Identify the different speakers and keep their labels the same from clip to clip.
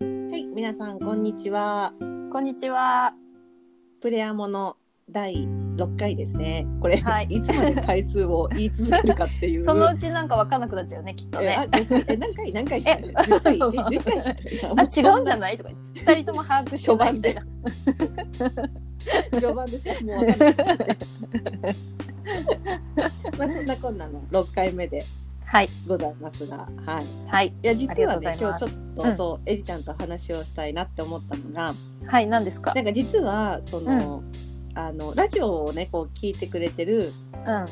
Speaker 1: 皆さんこんにちは。
Speaker 2: こんにちは。
Speaker 1: プレアモの第6回ですね。これ、
Speaker 2: はい
Speaker 1: い、つまで回数を言い続けるかっていう。
Speaker 2: そのうちなんかわかんなくなっちゃうね、きっと
Speaker 1: えあ
Speaker 2: ね。
Speaker 1: え何回何回
Speaker 2: え
Speaker 1: 10回
Speaker 2: そうそう
Speaker 1: 10回
Speaker 2: あ、違うんじゃ
Speaker 1: い
Speaker 2: ないとか言って。二人とも把握して
Speaker 1: 序
Speaker 2: ない
Speaker 1: 盤
Speaker 2: みた い
Speaker 1: で
Speaker 2: な。
Speaker 1: 序盤ですねもう分かんないまあそんなこんなの6回目で
Speaker 2: はい。
Speaker 1: ございますがはいい
Speaker 2: はい。
Speaker 1: や実は
Speaker 2: あ
Speaker 1: ね
Speaker 2: りが
Speaker 1: 今
Speaker 2: とうございま
Speaker 1: 日ちょっ
Speaker 2: す
Speaker 1: とそう、エリちゃんと話をしたいなって思ったのが
Speaker 2: はい、何ですか
Speaker 1: なんか実はその、あのラジオをねこう聞いてくれてる
Speaker 2: う
Speaker 1: あ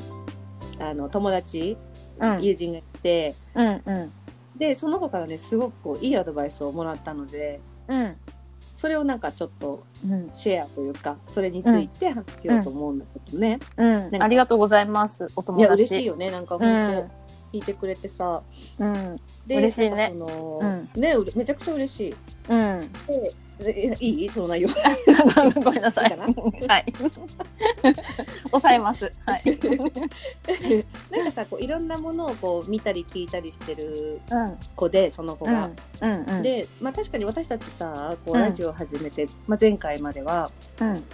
Speaker 1: の友達、
Speaker 2: うん
Speaker 1: 友人がいて
Speaker 2: ん。うんうん。
Speaker 1: でその子からねすごくこういいアドバイスをもらったので
Speaker 2: うん。
Speaker 1: それをなんかちょっと
Speaker 2: うん。
Speaker 1: シェアというかそれについて話しようと思うんだけどね、
Speaker 2: うん。ありがとうございます。お友
Speaker 1: い
Speaker 2: 達。
Speaker 1: や嬉しいよねなんか本当聞いてくれてさ、
Speaker 2: うん。うん。
Speaker 1: で
Speaker 2: 嬉しいね
Speaker 1: なんかその、ねうれめちゃくちゃ嬉しい
Speaker 2: うん。
Speaker 1: でえいいその 内容
Speaker 2: ごめんなさい。
Speaker 1: いいか
Speaker 2: はい。抑えます。はい。
Speaker 1: なんかさこういろんなものをこう見たり聞いたりしてる
Speaker 2: うん。
Speaker 1: 子でその子が、
Speaker 2: うん。うん。、
Speaker 1: で、まあ、確かに私たちさこう
Speaker 2: うん
Speaker 1: ラジオを始めて、まあ、前回までは
Speaker 2: うん。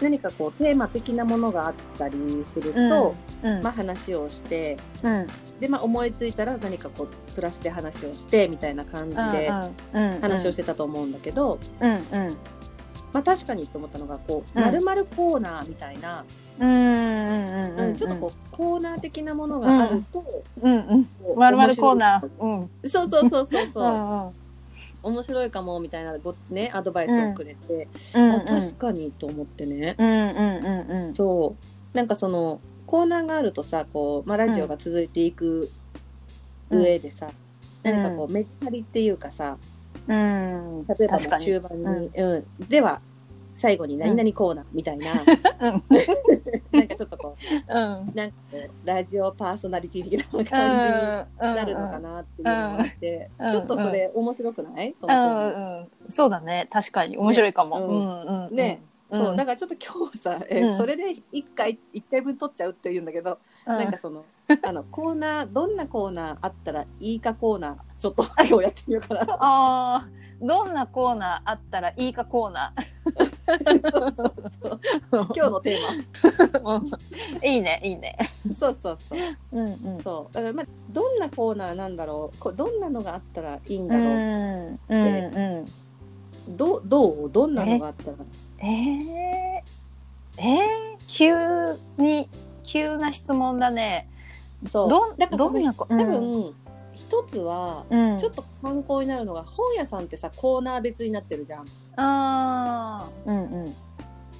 Speaker 1: 何かこうテーマ的なものがあったりすると、
Speaker 2: うん。
Speaker 1: まあ、話をして
Speaker 2: うん。
Speaker 1: で、まあ、思いついたら何かこうプラスで話をしてみたいな感じで
Speaker 2: うん。。
Speaker 1: 話をしててたと思うんだけど、
Speaker 2: うん。うん。
Speaker 1: まあ、確かにと思ったのがこう、
Speaker 2: うん
Speaker 1: まるまるコーナーみたいな、
Speaker 2: うん
Speaker 1: うんちょっとこうコーナー的なものがあると、
Speaker 2: う、うんうん、
Speaker 1: こう
Speaker 2: まるまるコーナ
Speaker 1: 面
Speaker 2: ー、うん、
Speaker 1: 白いそうそうそうそう
Speaker 2: う
Speaker 1: そう、
Speaker 2: んうん、
Speaker 1: 面白いかもみたいなごねアドバイスをくれて、
Speaker 2: うんうん
Speaker 1: あ確かにと思ってね、
Speaker 2: うんうんうん
Speaker 1: そうなんかそのコーナーがあるとさこう、まあ、ラジオが続いていく上でさ、何かこうメリハリっていうかさ
Speaker 2: うん、うん、
Speaker 1: 例えばも
Speaker 2: 確か
Speaker 1: う
Speaker 2: に
Speaker 1: 終盤にうんでは最後に何々コーナーみた いな、
Speaker 2: うん、
Speaker 1: なんかちょっとこう
Speaker 2: うん、
Speaker 1: なんかこうラジオパーソナリティ的な感じに
Speaker 2: に
Speaker 1: なるのかなっていうのがあって、
Speaker 2: うんうん
Speaker 1: ちょっとそれ面白くない、そのコーナー
Speaker 2: うんうん、そうだね、確かに面白いかも、うんうん、
Speaker 1: ね、
Speaker 2: うん
Speaker 1: そうだからちょっと今日はさ、え
Speaker 2: うん
Speaker 1: それで1回一回分取っちゃうっていうんだけど、
Speaker 2: うん、
Speaker 1: なんかそのあのコーナーどんなコーナーあったらいいかコーナーちょっと今日やってみようかな
Speaker 2: ああ、どんなコーナーあったらいいかコーナ
Speaker 1: そうそうそう
Speaker 2: ー、
Speaker 1: 今日のテー
Speaker 2: 日、いいね、いいね、
Speaker 1: マそうそうそう
Speaker 2: うんうん、
Speaker 1: そうだからまあどんなコーナーなんだろうこうどんなのがあったらいいん
Speaker 2: う
Speaker 1: だろう、
Speaker 2: ん、うん、うん。
Speaker 1: どどうどんなのがあったら
Speaker 2: えー、えー、急に急な質問だね。
Speaker 1: そう
Speaker 2: どん
Speaker 1: だから
Speaker 2: ど
Speaker 1: その
Speaker 2: んな
Speaker 1: 多
Speaker 2: こ
Speaker 1: 分一つは
Speaker 2: うん、
Speaker 1: ちょっと参考になるのが本屋さんってさコーナー別になってるじゃん
Speaker 2: あーうんうん。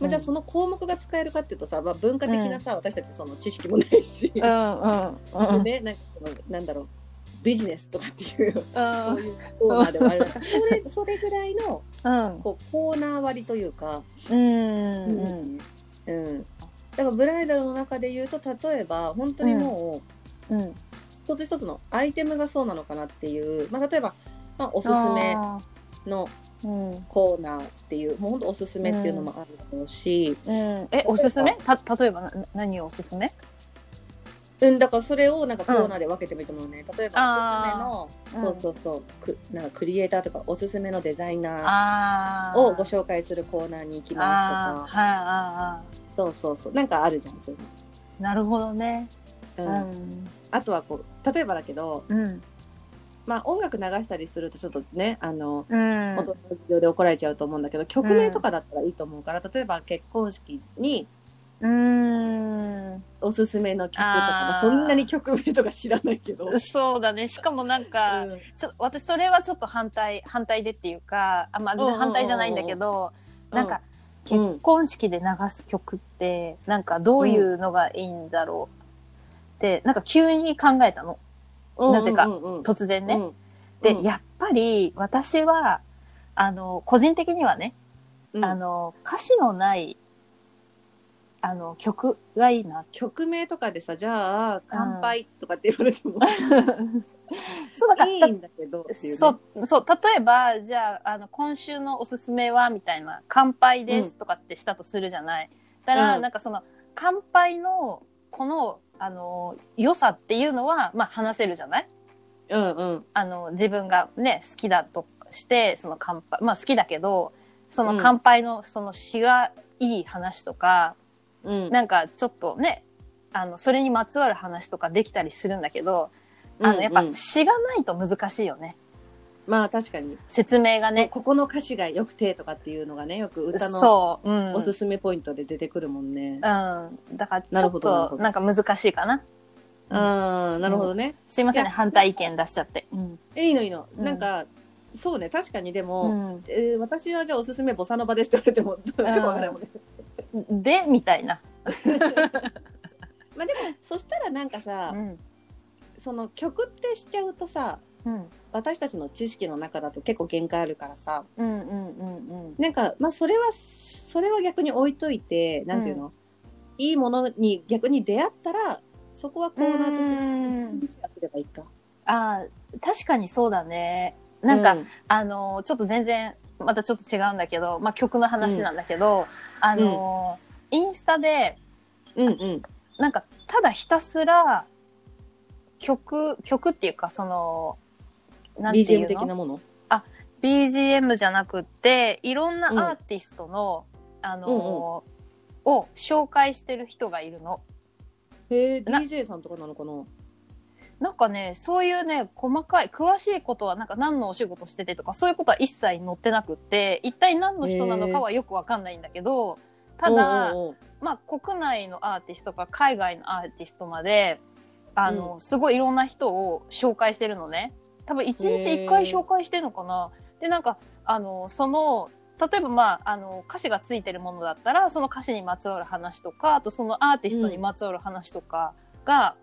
Speaker 1: まあ、じゃあその項目が使えるかっていうとさ、まあ、文化的なさ、私たちその知識もないし、
Speaker 2: うんうんうん
Speaker 1: でねなんかそのなんだろうビジネスとかって いう
Speaker 2: うん
Speaker 1: そういうコーナーでもあれだからそれそれぐらいの
Speaker 2: うん
Speaker 1: こうコーナー割というか、
Speaker 2: うんうん
Speaker 1: うん、だからブライダルの中で言うと例えば本当にも
Speaker 2: うん
Speaker 1: う一つ一つのアイテムがそうなのかなっていう、まあ、例えば、まあ、おすすめ
Speaker 2: あ
Speaker 1: の
Speaker 2: ーうん
Speaker 1: コーナーっていうもう本当おすすめっていうのもあるだろうし、
Speaker 2: うんえおすすめた例えばな何をおすすめ
Speaker 1: うん、だからそれをなんかコーナーで分けてもいいと思うね。例えばおすすめ
Speaker 2: あー
Speaker 1: の、
Speaker 2: うん
Speaker 1: そうそうそう、くなんかクリエイターとかおすすめのデザイナ
Speaker 2: あ
Speaker 1: ー
Speaker 2: ー
Speaker 1: をご紹介するコーナーに行き
Speaker 2: あ
Speaker 1: ます
Speaker 2: ーはいあーあ
Speaker 1: とか、そうそうそう、なんかあるじゃん、そういう
Speaker 2: ーなるほどねう
Speaker 1: の。うん。
Speaker 2: ん
Speaker 1: あとはこう例えばだけど、
Speaker 2: うん
Speaker 1: まあ音楽流したりするとちょっとね、あの。
Speaker 2: うん
Speaker 1: 音の事情で怒られちゃうと思うんだけど曲名とかだったらいいと思うから、例えば結婚式に
Speaker 2: うん
Speaker 1: おすすめの曲とか、まあ
Speaker 2: あー
Speaker 1: そんなに曲名とか知らないけど、
Speaker 2: そうだねしかもなんか、
Speaker 1: うん
Speaker 2: ちょ私それはちょっと反対反対でっていうかあまあ
Speaker 1: うんうんうんうん
Speaker 2: 反対じゃないんだけど、なんか、
Speaker 1: うん
Speaker 2: 結婚式で流す曲ってなんかどういうのがいいんだろうって、なんか急に考えたのなぜか
Speaker 1: うんうんうん
Speaker 2: 突然ね。
Speaker 1: うん
Speaker 2: で、
Speaker 1: うん
Speaker 2: やっぱり私はあの個人的にはね、
Speaker 1: うん
Speaker 2: あの歌詞のないあの曲がいいな
Speaker 1: 曲名とかでさじゃあ乾杯とかって言われても、
Speaker 2: そうだから
Speaker 1: いいんだけどっていう、ね、
Speaker 2: そう、そう、例えば、じゃあ、あの、今週のおすすめは、みたいな、乾杯ですとかってしたとするじゃない。だから、
Speaker 1: うん
Speaker 2: なんかその、乾杯の、この、あの、良さっていうのは、まあ、話せるじゃない
Speaker 1: うんうん
Speaker 2: あの、自分がね、好きだと、してその乾杯まあ好きだけどその乾杯のその詩がいい話とか、
Speaker 1: うん
Speaker 2: なんかちょっとねあのそれにまつわる話とかできたりするんだけどあのや
Speaker 1: うんう
Speaker 2: っぱ
Speaker 1: ん
Speaker 2: 詩がないと難しいよね
Speaker 1: まあ確かに
Speaker 2: 説明がね。
Speaker 1: ここの歌詞がよくてとかっていうのがねよく歌の
Speaker 2: そう、うん、
Speaker 1: おすすめポイントで出てくるもんね。
Speaker 2: うん、だから
Speaker 1: な
Speaker 2: ち
Speaker 1: る
Speaker 2: ょ
Speaker 1: ほ
Speaker 2: っ
Speaker 1: どなるほ
Speaker 2: と
Speaker 1: ど
Speaker 2: なんか難しいかな。
Speaker 1: ああなるほどね。
Speaker 2: すいません
Speaker 1: い
Speaker 2: ね、
Speaker 1: や
Speaker 2: 反対意見出しちゃって。うん。
Speaker 1: いいのいいの。
Speaker 2: うん
Speaker 1: なんかそうね確かにで
Speaker 2: う
Speaker 1: も、
Speaker 2: ん
Speaker 1: えー私はじゃあおすすめボサノバですって言われてもどうでもわかんないもんね。
Speaker 2: で、みたいな。
Speaker 1: まあでも そしたらなんかさ、
Speaker 2: うん。
Speaker 1: その曲ってしちゃうとさ
Speaker 2: うん。
Speaker 1: 私たちの知識の中だと結構限界あるからさ
Speaker 2: うんうんうん
Speaker 1: なんかまあそれはそれは逆に置いといてなんていうの、いいものに逆に出会ったらそこはコ
Speaker 2: うん。
Speaker 1: ーナーとして
Speaker 2: うん
Speaker 1: シェアすればいいか。
Speaker 2: あー確かにそうだね。なんか、
Speaker 1: う
Speaker 2: あのーちょっと全然、またちょっと違うんだけど、まあ曲の話なんだけど、あのーインスタで、
Speaker 1: うんうん
Speaker 2: なんか、ただひたすら、曲、曲っていうか、その、なんていう
Speaker 1: BGM
Speaker 2: の
Speaker 1: 的なもの
Speaker 2: BGM じゃなくっていろんなアーティストの、あのーを紹介してる人がいるの
Speaker 1: へえ
Speaker 2: な
Speaker 1: DJ さんとかなのかな
Speaker 2: なんかねそういうね細かい詳しいことはなんか何のお仕事しててとかそういうことは一切載ってなくって一体何の人なのかはよくわかんないんだけど、ただ
Speaker 1: おうおう
Speaker 2: まあ、国内のアーティストから海外のアーティストまであの、すごいいろんな人を紹介してるのね多分1日1回
Speaker 1: へー
Speaker 2: 紹介してるのかなでなんかあのその例えば、まあ、あの歌詞がついてるものだったらその歌詞にまつわる話とかあとそのアーティストにまつわる話とかが、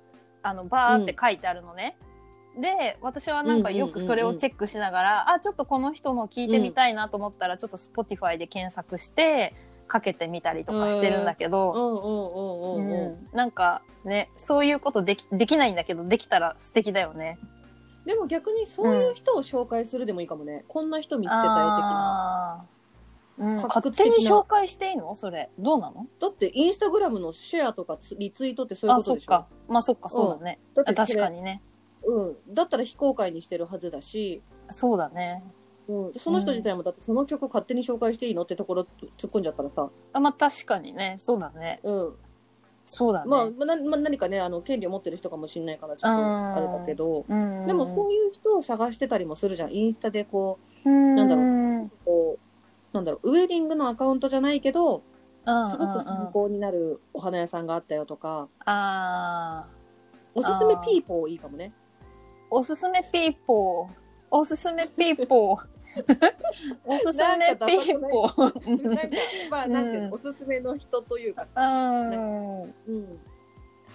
Speaker 2: あのバーって書いてあるのね。で私はなんかよくそれをチェックしながら、あちょっとこの人の聞いてみたいなと思ったら、ちょっと Spotify で検索してかけてみたりとかしてるんだけど、
Speaker 1: おうおうおうおうおう
Speaker 2: うんなんかねそういうことできできないんだけどできたら素敵だよね。
Speaker 1: でも逆にそういう人を紹介するでもいいかもね、こんな人見つけたよ的な
Speaker 2: あーうん、
Speaker 1: 画
Speaker 2: 勝
Speaker 1: 期的な
Speaker 2: 手に紹介していいのそれどうなの
Speaker 1: だってインスタグラムのシェアとかつリツイートってそういう
Speaker 2: あ
Speaker 1: こと
Speaker 2: そっ
Speaker 1: でしょ
Speaker 2: かまあそっかそうだね、
Speaker 1: だっ
Speaker 2: あ
Speaker 1: て
Speaker 2: 確か
Speaker 1: に、
Speaker 2: にね
Speaker 1: うん、だったら非公開にしてるはずだし、
Speaker 2: そうだね
Speaker 1: うん、その人自体もだってその曲勝手に紹介していいのってところ突っ込んじゃったらさ、
Speaker 2: あまあ確かにねそうだね
Speaker 1: うん
Speaker 2: そうだね、
Speaker 1: まあまあなまあ、何かねあの権利を持ってる人かもしれないからちょっとあれだけど、
Speaker 2: うん
Speaker 1: でもそういう人を探してたりもするじゃんインスタでこ
Speaker 2: うん
Speaker 1: なんだろう
Speaker 2: うん
Speaker 1: うこうなんだろうウェディングのアカウントじゃないけど
Speaker 2: うん
Speaker 1: すごく参考になるお花屋さんがあったよとか
Speaker 2: あー
Speaker 1: おすすめピーポーいいかもね
Speaker 2: おすすめピーポーおすすめピーポ ーおすすめピーポー
Speaker 1: なんかまあなんていうの、
Speaker 2: うん
Speaker 1: おすすめの人というかさ、
Speaker 2: うん。
Speaker 1: うん、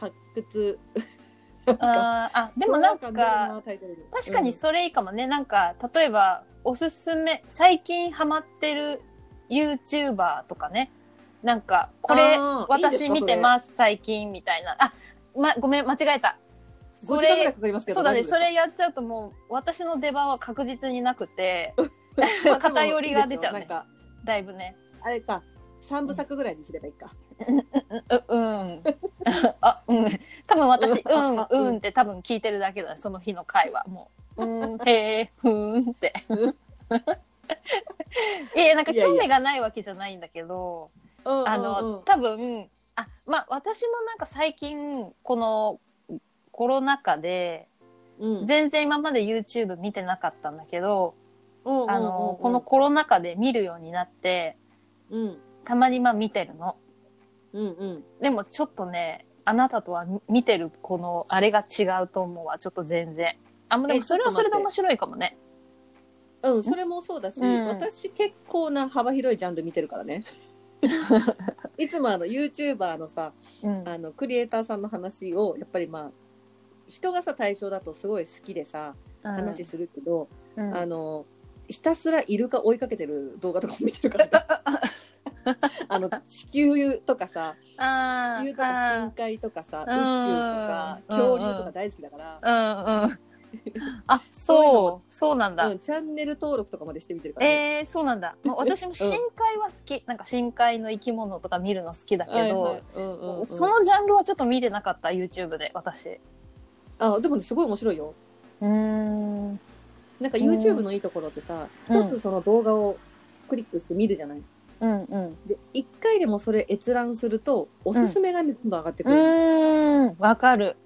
Speaker 1: 発掘
Speaker 2: あーあ、でもなん
Speaker 1: 昭和感出る
Speaker 2: か、
Speaker 1: なタイトルに
Speaker 2: 確かにそれいいかもね。なんか、例えば、おすすめ、最近ハマってる YouTuber とかね。なんか、これ
Speaker 1: あー、い
Speaker 2: 私
Speaker 1: いんですか
Speaker 2: 見てます、最近、みたいな。あ、ま、ごめん、間違えた。
Speaker 1: うん、
Speaker 2: そ
Speaker 1: 5時間ぐらい
Speaker 2: れ、
Speaker 1: かかりますけど
Speaker 2: そうだね。
Speaker 1: 大丈
Speaker 2: そ
Speaker 1: 夫ですか
Speaker 2: れやっちゃうともう、私の出番は確実になくて、
Speaker 1: まあでも
Speaker 2: 偏りが出ちゃうね
Speaker 1: いいですよなんか
Speaker 2: だいぶね。
Speaker 1: あれか三部作ぐらいにすればいいか、
Speaker 2: う、うん。あ、うん。多分私、う
Speaker 1: うん
Speaker 2: ん、うんって多分聞いてるだけだね、その日の会話。もう、うん、へえ、ふーんって。いやいや、なんか
Speaker 1: いやいや
Speaker 2: 興味がないわけじゃないんだけど、
Speaker 1: うんうんうん
Speaker 2: あの、多分、あ、まあ私もなんか最近、このコロナ禍で、
Speaker 1: うん
Speaker 2: 全然今まで YouTube 見てなかったんだけど、
Speaker 1: うんうんうんうん
Speaker 2: あの、このコロナ禍で見るようになって、
Speaker 1: うん
Speaker 2: たまにまあ見てるの。
Speaker 1: うんうん
Speaker 2: でもちょっとね、あなたとはみ見てるこのあれが違うと思うわ、ちょっと全然。あ、まあで
Speaker 1: え
Speaker 2: もそれはそれで面白いかもね。
Speaker 1: うん、それもそうだし、
Speaker 2: うん
Speaker 1: 私結構な幅広いジャンル見てるから ねいつもあの YouTuber のさ
Speaker 2: うん
Speaker 1: あのクリエイターさんの話をやっぱりまあ人がさ対象だとすごい好きでさ話するけど、
Speaker 2: うん
Speaker 1: あのひたすらイルカ追いかけてる動画とかも見てる からねあの地球とかさ
Speaker 2: あ
Speaker 1: 地
Speaker 2: ー
Speaker 1: 球とか深海とかさ宇宙とか
Speaker 2: うん
Speaker 1: 恐竜とか大好きだから、
Speaker 2: あ ーうんうん。あ、
Speaker 1: そういうの
Speaker 2: そう、そうなんだ。
Speaker 1: うん、チャンネル登録とかまでして見てるから、ね
Speaker 2: えー、そうなんだ。まあ私も深海は好き。なんか深海の生き物とか見るの好きだけど、
Speaker 1: はいはいうんうんうん
Speaker 2: そのジャンルはちょっと見てなかった、YouTube で、私。
Speaker 1: あでもねすごい面白いよ
Speaker 2: うーん。
Speaker 1: なんか YouTube のいいところってさ、一、
Speaker 2: うん
Speaker 1: つその動画をクリックして見るじゃない。
Speaker 2: うんうん
Speaker 1: で、一回でもそれ閲覧すると、おすすめがね、どんどん上がってく
Speaker 2: う
Speaker 1: る。
Speaker 2: ーんわかる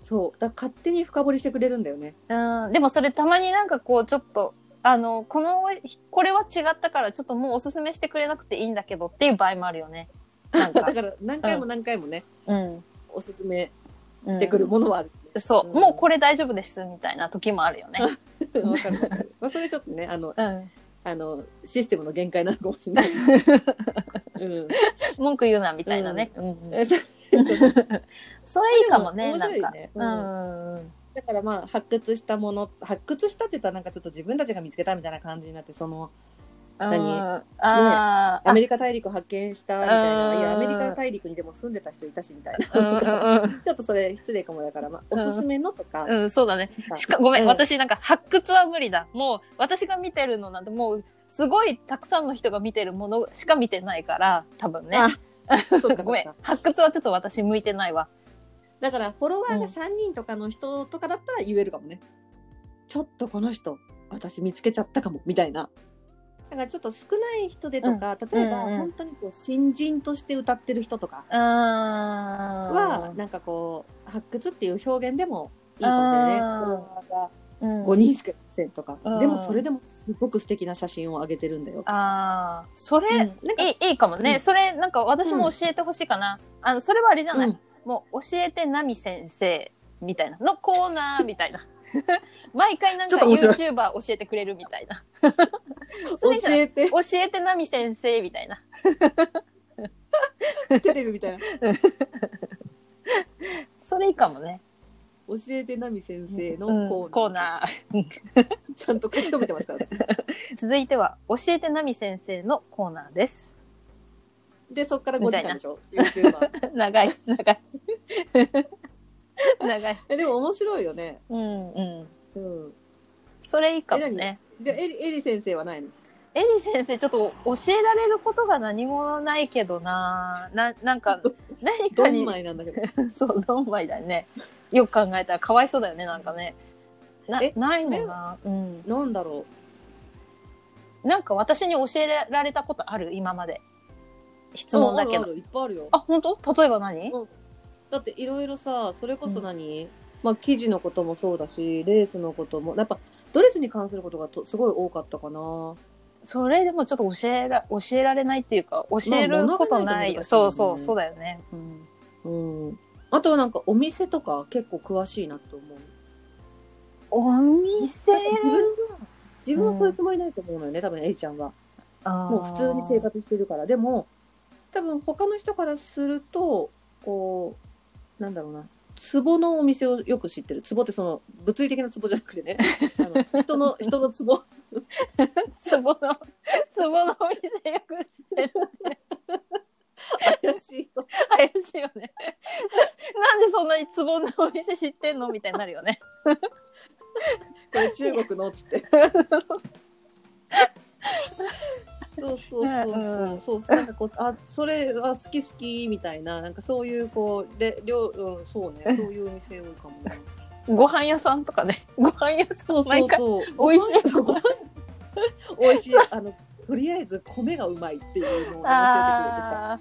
Speaker 1: そう。だから勝手に深掘りしてくれるんだよね。
Speaker 2: うんでもそれたまになんかこうちょっとあのこのこれは違ったからちょっともうおすすめしてくれなくていいんだけどっていう場合もあるよねなん
Speaker 1: だ
Speaker 2: か、
Speaker 1: から何回も何回もね、
Speaker 2: うん、
Speaker 1: おすすめしてくるものはある。
Speaker 2: そう、
Speaker 1: うん
Speaker 2: もうこれ大丈夫ですみたいな時もあるよね。
Speaker 1: わかるわかる。まあそれちょっとね、あの、
Speaker 2: うん、
Speaker 1: あの、システムの限界なのかもしれ ない。うん。
Speaker 2: 文句言うなみたいなね。うん
Speaker 1: えそうそう
Speaker 2: それいいかもね、
Speaker 1: でも面
Speaker 2: な
Speaker 1: 白
Speaker 2: ん
Speaker 1: い
Speaker 2: か
Speaker 1: ね。
Speaker 2: う
Speaker 1: うん
Speaker 2: んうん
Speaker 1: だからまあ発掘したもの発掘したって言ったらなんかちょっと自分たちが見つけたみたいな感じになってその何
Speaker 2: あーあ
Speaker 1: アメリカ大陸発見したみたい
Speaker 2: あ
Speaker 1: な
Speaker 2: ー
Speaker 1: いやアメリカ大陸にでも住んでた人いたしみたい
Speaker 2: ー、うん
Speaker 1: な
Speaker 2: う ん
Speaker 1: ちょっとそれ失礼かもだから、まあ、おすすめのとか
Speaker 2: うん、うん、そうだね。しかごめん、
Speaker 1: うん
Speaker 2: 私なんか発掘は無理だ。もう私が見てるのなんてもうすごいたくさんの人が見てるものしか見てないから、多分ね。
Speaker 1: あそうかそ
Speaker 2: ご
Speaker 1: う
Speaker 2: めん
Speaker 1: か、
Speaker 2: 発掘はちょっと私向いてないわ。
Speaker 1: だからフォロワー
Speaker 2: うん
Speaker 1: が3人とかの人とかだったら言えるかもね、ちょっとこの人私見つけちゃったかもみたいなだからちょっと少ない人でとか、例えば
Speaker 2: うんうん
Speaker 1: 本当にこう新人として歌ってる人とか
Speaker 2: うーん。は
Speaker 1: は、なんかこう発掘っていう表現でもいいかもしれないね。フ
Speaker 2: あー
Speaker 1: ォロワーが
Speaker 2: うん
Speaker 1: 5人しかいませんとか、
Speaker 2: うん
Speaker 1: でもそれでもすごく素敵な写真をあげてるんだよ。
Speaker 2: ああ、それ、
Speaker 1: うんなんか
Speaker 2: いいいいかもね、
Speaker 1: うん
Speaker 2: それなんか私も教えてほしいかな、あのそれはあれじゃない、
Speaker 1: うん
Speaker 2: もう教えてナミ先生みたいなのコーナーみたいな 毎回なん
Speaker 1: ち
Speaker 2: か
Speaker 1: ょっと面白い
Speaker 2: YouTuber 教えてくれるみたいなそ
Speaker 1: 教
Speaker 2: れじゃない
Speaker 1: えて
Speaker 2: 教えてナミ先生みたいな
Speaker 1: テレビみたいな
Speaker 2: それいいかもね
Speaker 1: 教えてナミ先生
Speaker 2: うん
Speaker 1: のコーナー,、
Speaker 2: コーナー
Speaker 1: ちゃんと書き留めてます から私
Speaker 2: 続いては教えてナミ先生のコーナーです
Speaker 1: でそこから5時間でしょ YouTuber
Speaker 2: 長い長い 長い
Speaker 1: えでも面白いよね、
Speaker 2: うんうん
Speaker 1: うん、
Speaker 2: それいいかもね
Speaker 1: じゃあエリエリ先生はないの
Speaker 2: エリ先生、ちょっと教えられることが何もないけどな。な、な んか
Speaker 1: ど、
Speaker 2: 何
Speaker 1: ド
Speaker 2: か
Speaker 1: ン
Speaker 2: に、
Speaker 1: マイなんだけど
Speaker 2: そう、どんまいだね。よく考えたらかわいそうだよね、なんかね。な
Speaker 1: え、
Speaker 2: ないもんな。うん。
Speaker 1: なんだろ
Speaker 2: なんか私に教えられたことある今まで。質
Speaker 1: う
Speaker 2: 問だけ
Speaker 1: あある
Speaker 2: ど。
Speaker 1: あるいっぱいあるよ
Speaker 2: あ、本当？例えば何
Speaker 1: うんだっていろいろさそれこそ何、まあ、生地のこともそうだしレースのこともやっぱドレスに関することがとすごい多かったかな
Speaker 2: それでもちょっと教えら、教えられないっていうか、教えること
Speaker 1: まあ
Speaker 2: ないよ。
Speaker 1: 物がないと難しいよ
Speaker 2: そ
Speaker 1: ね
Speaker 2: うそう、そうだよね。うん。
Speaker 1: うんあとはなんかお店とか結構詳しいなと思う
Speaker 2: お店
Speaker 1: なんか自分は自分はそういうつもりないと思うのよね、多分 A ちゃんはもう普通に生 活してるからでも多分他の人からするとこうなんだろうな壺のお店をよく知ってる壺ってその物理的な壺じゃなくてねあの人の人の壺
Speaker 2: 活。ツボの、 ツボのお店よくしてる
Speaker 1: 怪しい
Speaker 2: 怪しいよね。 なんでそんなにつぼのお店知ってんのみたいになる よね。
Speaker 1: これ中国のっつって。そうそうそうそうそうそうなんかこうあそれは好き好きみたいななんかそういうこうでりょう、うん、そう ねそういうお店多いかも、ね、
Speaker 2: ご飯屋さんとかね。ご飯屋さん。
Speaker 1: そうそ
Speaker 2: 毎
Speaker 1: う
Speaker 2: 回
Speaker 1: そう
Speaker 2: 美味しいやつ
Speaker 1: ご飯美味しいあのとりあえず米がうまいっていうのを教えてくれてさ
Speaker 2: ああ、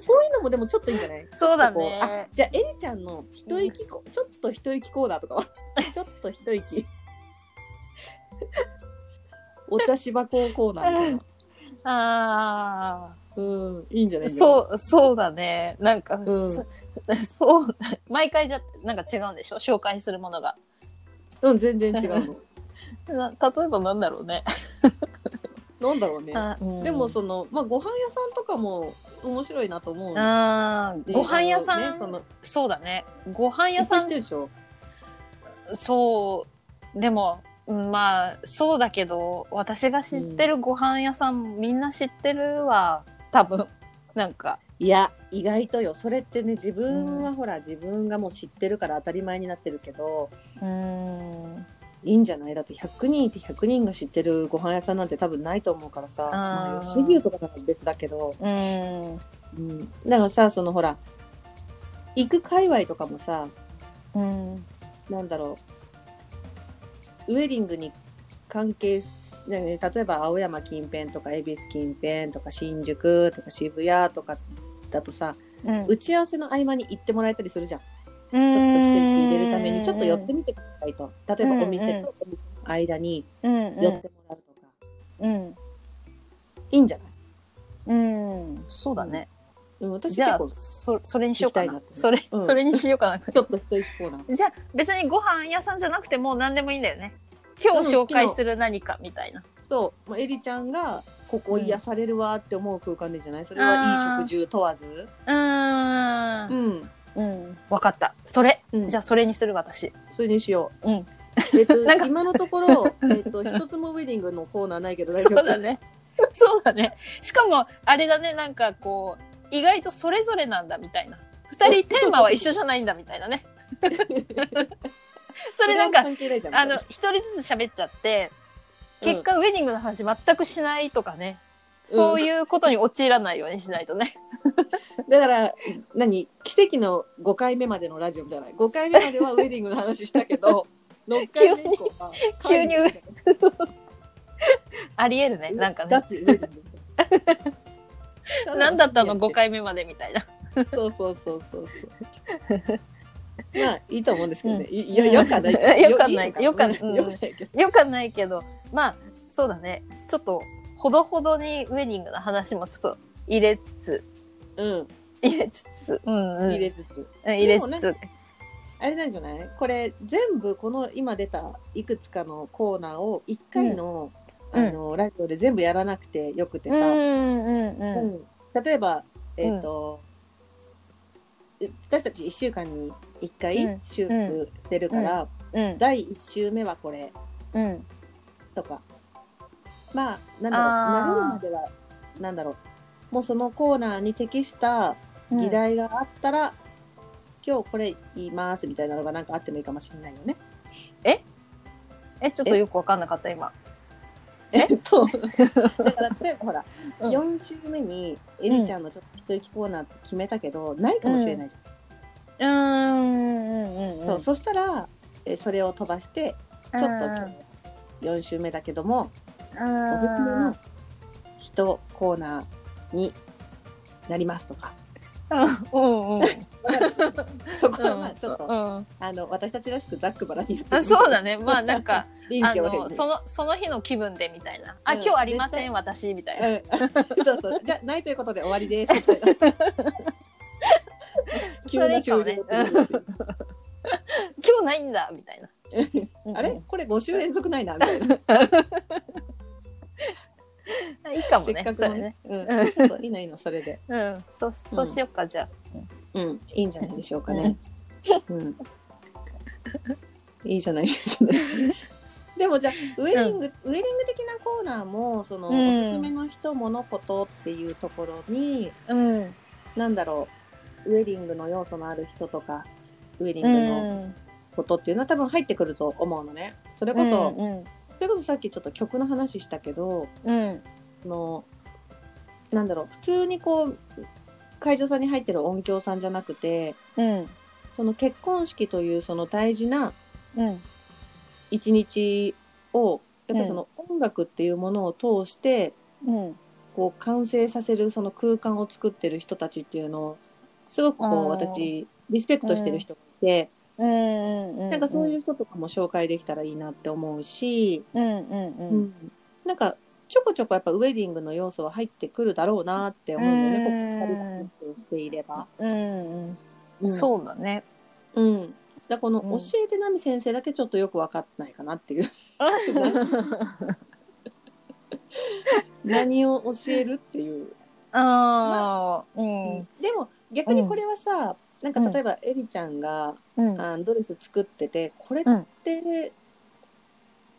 Speaker 1: そういうのもでもちょっといいんじゃない
Speaker 2: そうだ
Speaker 1: ちょっとこうあ
Speaker 2: ね。
Speaker 1: じゃあエリちゃんの一息こ、ちょっと一息コーナーと かはちょっと一息お茶芝公コーナーみたいな
Speaker 2: あ
Speaker 1: うんいいんじゃな
Speaker 2: あ、
Speaker 1: いう
Speaker 2: そう、そうだね。なんか、
Speaker 1: ん
Speaker 2: そ そう、毎回じゃ、なんか違うんでしょ紹介するものが。
Speaker 1: うん全然違 うの
Speaker 2: な例えばなんだろうね。
Speaker 1: なんだろうね
Speaker 2: あうん
Speaker 1: でもそのまあご飯屋さんとかも面白いなと思うの
Speaker 2: あーご飯屋さ
Speaker 1: あのね
Speaker 2: ん、
Speaker 1: その
Speaker 2: そうだね。ご飯
Speaker 1: いっ
Speaker 2: 屋
Speaker 1: ぱい
Speaker 2: さ
Speaker 1: し
Speaker 2: ん
Speaker 1: て、るでしょ
Speaker 2: そうでもうんまあそうだけど私が知ってるご飯屋さん、みんな知ってるわ多分なんか
Speaker 1: いや意外とよそれってね自分はほら、自分がもう知ってるから当たり前になってるけど
Speaker 2: うん
Speaker 1: いいんじゃないだって100人いて100人が知ってるご飯屋さんなんて多分ないと思うからさ、まあ、吉牛とかなら別だけど、
Speaker 2: うん
Speaker 1: うん、だからさそのほら行く界隈とかもさ
Speaker 2: うん
Speaker 1: なんだろうウェディングに関係す、ね、例えば青山近辺とか恵比寿近辺とか新宿とか渋谷とかだとさ、
Speaker 2: うん
Speaker 1: 打ち合わせの合間に行ってもらえたりするじゃん。
Speaker 2: ちょ
Speaker 1: ちょっと一息
Speaker 2: 入
Speaker 1: 入れるためにちょっと寄ってみてくださいと。例えばお店とお店の間に
Speaker 2: うん
Speaker 1: 寄ってもらうとか、
Speaker 2: うん
Speaker 1: いいんじゃない
Speaker 2: うん、うん、そうだね、
Speaker 1: うん私
Speaker 2: じ
Speaker 1: 結
Speaker 2: ゃあ
Speaker 1: 構
Speaker 2: そそれにしようかな
Speaker 1: 行きた
Speaker 2: そ
Speaker 1: いな
Speaker 2: れ、
Speaker 1: ってうん
Speaker 2: それにしようかな
Speaker 1: ちょっと一息コーナー。
Speaker 2: じゃあ別にご飯屋さんじゃなくても何でもいいんだよね。今日紹介する何かみたいな。
Speaker 1: そう、もうエリちゃんがここ癒されるわって思う空間でいいんじゃないそれはいい食事問わず。
Speaker 2: う
Speaker 1: う
Speaker 2: ーん。
Speaker 1: ん。
Speaker 2: うん。わかった。それ。
Speaker 1: うん
Speaker 2: じゃあそれにする私。
Speaker 1: それにしよう。
Speaker 2: うん
Speaker 1: えっと
Speaker 2: なんか
Speaker 1: 今のとこ ろ、えっと一つもウェディングのコーナーないけど大
Speaker 2: そ
Speaker 1: 丈
Speaker 2: う
Speaker 1: 夫。
Speaker 2: だね。 そうだね。しかも、あれだね、なんかこう、意外とそれぞれなんだみたいな。二人テーマは一緒じゃないんだみたいな ね。それなんか、
Speaker 1: 関係ないじゃん。
Speaker 2: あの、一人ずつ喋っちゃって、
Speaker 1: うん
Speaker 2: 結果ウェディングの話全くしないとかね。
Speaker 1: うん
Speaker 2: そういうことに陥らないようにしないとね。
Speaker 1: だから何奇跡の5回目までのラジオみたいな5回目まではウェディングの話したけ ど6回目以降は
Speaker 2: 急に
Speaker 1: 帰るみたい
Speaker 2: ありえる
Speaker 1: な
Speaker 2: ね。なんかね。
Speaker 1: 脱ウェディングみたいな
Speaker 2: 何だ ったの5回目までみたいな。
Speaker 1: そうそうそうそうそうまあいいと思うんですけどね、いやよくはないけど
Speaker 2: よくはない
Speaker 1: よくは
Speaker 2: よくはうん
Speaker 1: よくはないけど
Speaker 2: よくはないけど、まあ、そうだね。ちょっと、ほどほどにウェディングの話もちょっと入れつつ、
Speaker 1: うん
Speaker 2: 入れつつ、うんうん。
Speaker 1: 入れつつ
Speaker 2: うん入れつつ。
Speaker 1: あれなんじゃないこれ全部この今出たいくつかのコーナーを1回の、
Speaker 2: うん
Speaker 1: あのラジオで全部やらなくてよくて
Speaker 2: う
Speaker 1: さ、
Speaker 2: んうんうん。
Speaker 1: 例えば、えっ、と、え私たち1週間に1
Speaker 2: う
Speaker 1: 回
Speaker 2: ん
Speaker 1: 収録してるから、
Speaker 2: うん
Speaker 1: 第1週目はこれ
Speaker 2: うん。
Speaker 1: とか、まあ、なんだろう、
Speaker 2: あー
Speaker 1: 慣れるまでは、なんだろう、もうそのコーナーに適した
Speaker 2: うん。
Speaker 1: 議題があったら、今日これ言いますみたいなのがなんかあってもいいかもしれないよね。
Speaker 2: え、ちょっとよくわかんなかった、今。
Speaker 1: えっと、だから例えばほら、
Speaker 2: うん
Speaker 1: 4週目にエリちゃんのちょっと一息コーナーって決めたけど、ないかもしれないじゃん
Speaker 2: うーんうんうん。
Speaker 1: そう、そしたら、えーそれを飛ばして、
Speaker 2: うん。
Speaker 1: ちょっと今日4週目だけども、おすすめ
Speaker 2: うん
Speaker 1: の人コーナーになりますとか、
Speaker 2: うんうん。
Speaker 1: そこはまあちょっと、
Speaker 2: と。
Speaker 1: あの私たちらしくざっくばらにやって
Speaker 2: うん。そうだね。まあな んか、
Speaker 1: 臨
Speaker 2: あ
Speaker 1: 機応変
Speaker 2: の、
Speaker 1: に
Speaker 2: その、その日の気分でみたいな。あ、
Speaker 1: うん
Speaker 2: 今日ありませ
Speaker 1: 絶対
Speaker 2: ん、私、みたいな
Speaker 1: う。ん、 そうそうじゃあないということで終わりですみたいな急ない終了するっていう
Speaker 2: それいかもね今日ないんだみたいな。
Speaker 1: あれこれ5週連続ないなみたいな、
Speaker 2: いいかも
Speaker 1: せ
Speaker 2: ね。
Speaker 1: っかく
Speaker 2: そ
Speaker 1: の
Speaker 2: れね
Speaker 1: ね。うん、そうそうそういいのいいのそれで、
Speaker 2: うん。そう、そうしよっか、じゃ
Speaker 1: うん、いいんじゃないでしょうかね。うん、いいじゃないですね。 でもじゃあウェディング、ウェディング的なコーナーもその、
Speaker 2: うん
Speaker 1: おすすめの人物事っていうところに
Speaker 2: あ。うん。
Speaker 1: 何だろうウェディングの要素のある人とかウェディ
Speaker 2: う
Speaker 1: ングの
Speaker 2: ん。
Speaker 1: ことっていうのは多分入ってくると思うのね。それ
Speaker 2: う
Speaker 1: こ
Speaker 2: ん
Speaker 1: そ、
Speaker 2: うん。
Speaker 1: それこそさっきちょっと曲の話したけど
Speaker 2: うん。
Speaker 1: そのなんだろう普通にこう会場さんに入ってる音響さんじゃなくて
Speaker 2: うん。
Speaker 1: その結婚式というその大事な
Speaker 2: うん。
Speaker 1: 一日をやっぱりその音楽っていうものを通して
Speaker 2: うん。
Speaker 1: こう完成させるその空間を作ってる人たちっていうのをすごくこう
Speaker 2: あー
Speaker 1: 私リスペクトしてる人がいて、
Speaker 2: うん。。
Speaker 1: なんかそういうう人とかも紹介できたらいいなって思うし、
Speaker 2: うん。うん。うん。
Speaker 1: なんかちょこちょこやっぱウェディングの要素は入ってくるだろうなって思うんだよね、
Speaker 2: うん
Speaker 1: ここ2人が話をしていれば。
Speaker 2: うん。うん。
Speaker 1: う、
Speaker 2: そうだね。
Speaker 1: うん、だからこの
Speaker 2: うん
Speaker 1: 教えてナミ先生だけちょっとよく分かってないかなっていう何を教えるっていう
Speaker 2: ああ。うん。
Speaker 1: でも逆にこれはさ、なんか例えばエリちゃんが、
Speaker 2: うん。
Speaker 1: あドレス作っててこれって、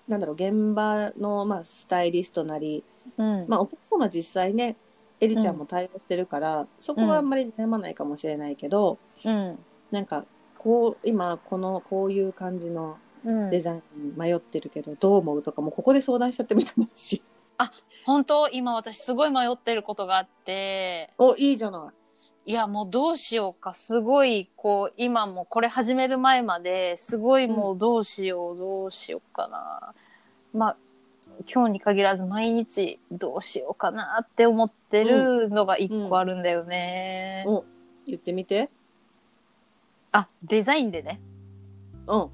Speaker 1: なんだろう現場の、まあ、スタイリストなり、
Speaker 2: うん。
Speaker 1: まあ、お客様実際ねエリちゃんも対応してるから、そこはあんまり悩まないかもしれないけど、
Speaker 2: うん。
Speaker 1: なんかこう今このこういう感じの
Speaker 2: うん
Speaker 1: デ。ザイン迷ってるけど、どう思うとかもうここで相談しちゃってもいいと思うし
Speaker 2: 本当、今私すごい迷ってることがあって。
Speaker 1: おいいじゃない
Speaker 2: や、もうどうしようか。すごい、こう、今もこれ始める前まで、すごいもうどうしよう、どうしようかな。まあ、今日に限らず毎日どうしようかなって思ってるのが一個あるんだよね。
Speaker 1: うん言ってみて。
Speaker 2: あ、デザインでね。
Speaker 1: うん。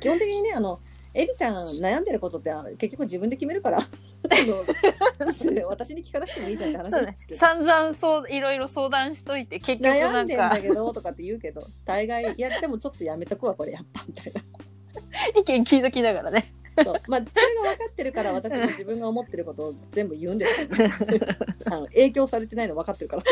Speaker 1: 基本的にね、あの、エリちゃん悩んでることってあの結局自分で決める から。あの私に聞かなくてもいいじゃんって話
Speaker 2: そ
Speaker 1: な
Speaker 2: うん
Speaker 1: で
Speaker 2: ね
Speaker 1: す。けど。
Speaker 2: 散々そう、いろいろ相談しといて、結局な
Speaker 1: 悩ん
Speaker 2: ん
Speaker 1: でんだ
Speaker 2: か、
Speaker 1: けどとかって言うけど、大概、いや、でもちょっとやめとくわ、これ、やっぱ、みたい な。
Speaker 2: 意見聞いときながらね。
Speaker 1: そうまあ、それが分かってるから、私も自分が思ってることを全部言うんですけ ど、あの影響されてないの分かってる から。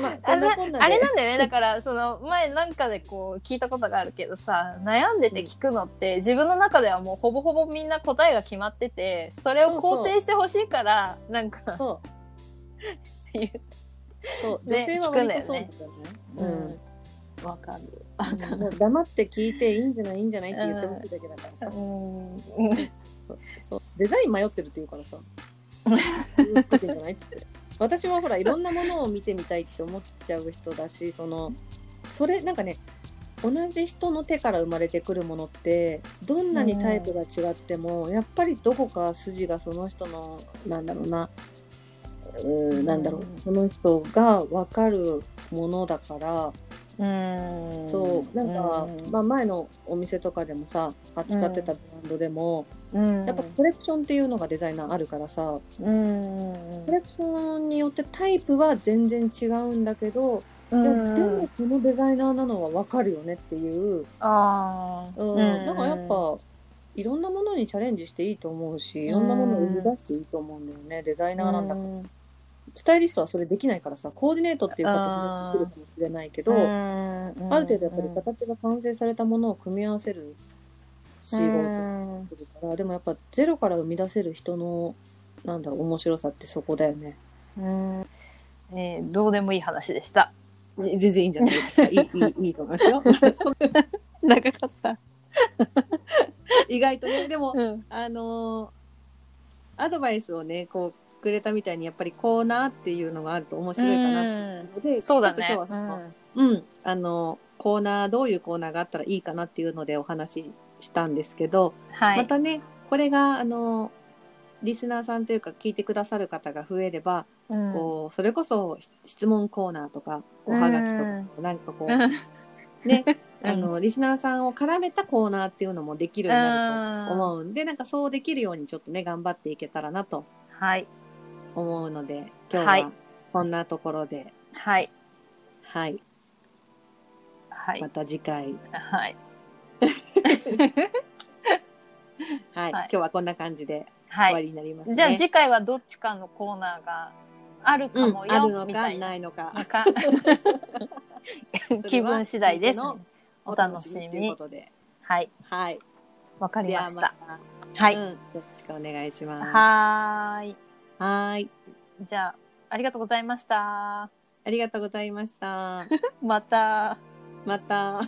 Speaker 1: まあ、そんなこんなで。
Speaker 2: あれなんだ よね。だから、その、前なんかでこう、聞いたことがあるけどさ、悩んでて聞くのって、自分の中ではもうほぼほぼみんな答えが決まってて、それを肯定してほしいから、なんか、
Speaker 1: そう。
Speaker 2: 言う
Speaker 1: そう
Speaker 2: ね
Speaker 1: 女性は割とそうなんだよね。うん
Speaker 2: うん。わかる。
Speaker 1: うんもう黙って聞いていいんじゃないいいんじゃないって言ってほしいだけだからさ、
Speaker 2: うん。
Speaker 1: そうデザイン迷ってるって言うから さ自分作ってんじゃないっつって私はほらいろんなものを見てみたいって思っちゃう人だしそのそれなんかね同じ人の手から生まれてくるものってどんなにタイプが違っても、やっぱりどこか筋がその人のなんだろうなうーんなんだろう、
Speaker 2: うん
Speaker 1: その人が分かるものだから、
Speaker 2: うん
Speaker 1: そうなんか、まあ、前のお店とかでもさ扱ってたブランドでも、
Speaker 2: うん
Speaker 1: やっぱコレクションっていうのがデザイナーあるからさ
Speaker 2: うん
Speaker 1: コレクションによってタイプは全然違うんだけど、
Speaker 2: う
Speaker 1: いや
Speaker 2: ん
Speaker 1: でもこのデザイナーなのは分かるよねっていう、
Speaker 2: ああ、
Speaker 1: うんなんかやっぱいろんなものにチャレンジしていいと思うしいろんなものを生み出していいと思うんだよねデザイナーなんだから、
Speaker 2: うん
Speaker 1: スタイリストはそれできないからさコーディネートっていう形でできるかもしれないけど。
Speaker 2: うんうん
Speaker 1: ある程度やっぱり形が完成されたものを組み合わせる仕事を
Speaker 2: うん
Speaker 1: するから、でもやっぱゼロから生み出せる人のなんだろう面白さってそこだよね。
Speaker 2: うんえーどうでもいい話でした。
Speaker 1: 全然いいんじゃないですか。 いいいいいいと思いますよ。 そう
Speaker 2: 長かった。
Speaker 1: 意外とねでも
Speaker 2: うん。
Speaker 1: あのーアドバイスをねこうくれたみたいにやっぱりこうなっていうのがあると面白いかなっていうので、
Speaker 2: そうだね
Speaker 1: ちょっ。と今日はうん、あのコーナーどういうコーナーがあったらいいかなっていうのでお話ししたんですけど、
Speaker 2: はい。
Speaker 1: またねこれがあのリスナーさんというか聞いてくださる方が増えれば、
Speaker 2: うん
Speaker 1: こうそれこそ質問コーナーとかおはがきとか、なんかこう、
Speaker 2: うん
Speaker 1: ね
Speaker 2: うん
Speaker 1: あのリスナーさんを絡めたコーナーっていうのもできるようになると思うんで、なんかそうできるようにちょっとね頑張っていけたらなと
Speaker 2: はい。
Speaker 1: 思うので今日
Speaker 2: は
Speaker 1: はいこんなところで、
Speaker 2: はい。
Speaker 1: はい、
Speaker 2: はい
Speaker 1: ま。た次回、
Speaker 2: はい。
Speaker 1: はい
Speaker 2: はい
Speaker 1: 今日はこんな感じで終
Speaker 2: はい
Speaker 1: わ。りになりますね。
Speaker 2: じゃあ次回はどっちかのコーナーがあるか
Speaker 1: うん
Speaker 2: も
Speaker 1: あ
Speaker 2: よ、
Speaker 1: るの
Speaker 2: みた
Speaker 1: か
Speaker 2: いな。
Speaker 1: ないのか
Speaker 2: なんか 気分次第です。お楽しみ
Speaker 1: という
Speaker 2: に
Speaker 1: こ。とで。
Speaker 2: はい。
Speaker 1: はい。
Speaker 2: わかり
Speaker 1: では
Speaker 2: ました。
Speaker 1: ま
Speaker 2: は
Speaker 1: た
Speaker 2: い。
Speaker 1: う
Speaker 2: は
Speaker 1: ん、よろしくお願いします。
Speaker 2: ーい。
Speaker 1: はーい。
Speaker 2: じゃあ、ありがとうございました。
Speaker 1: ありがとうございました。
Speaker 2: また。
Speaker 1: また。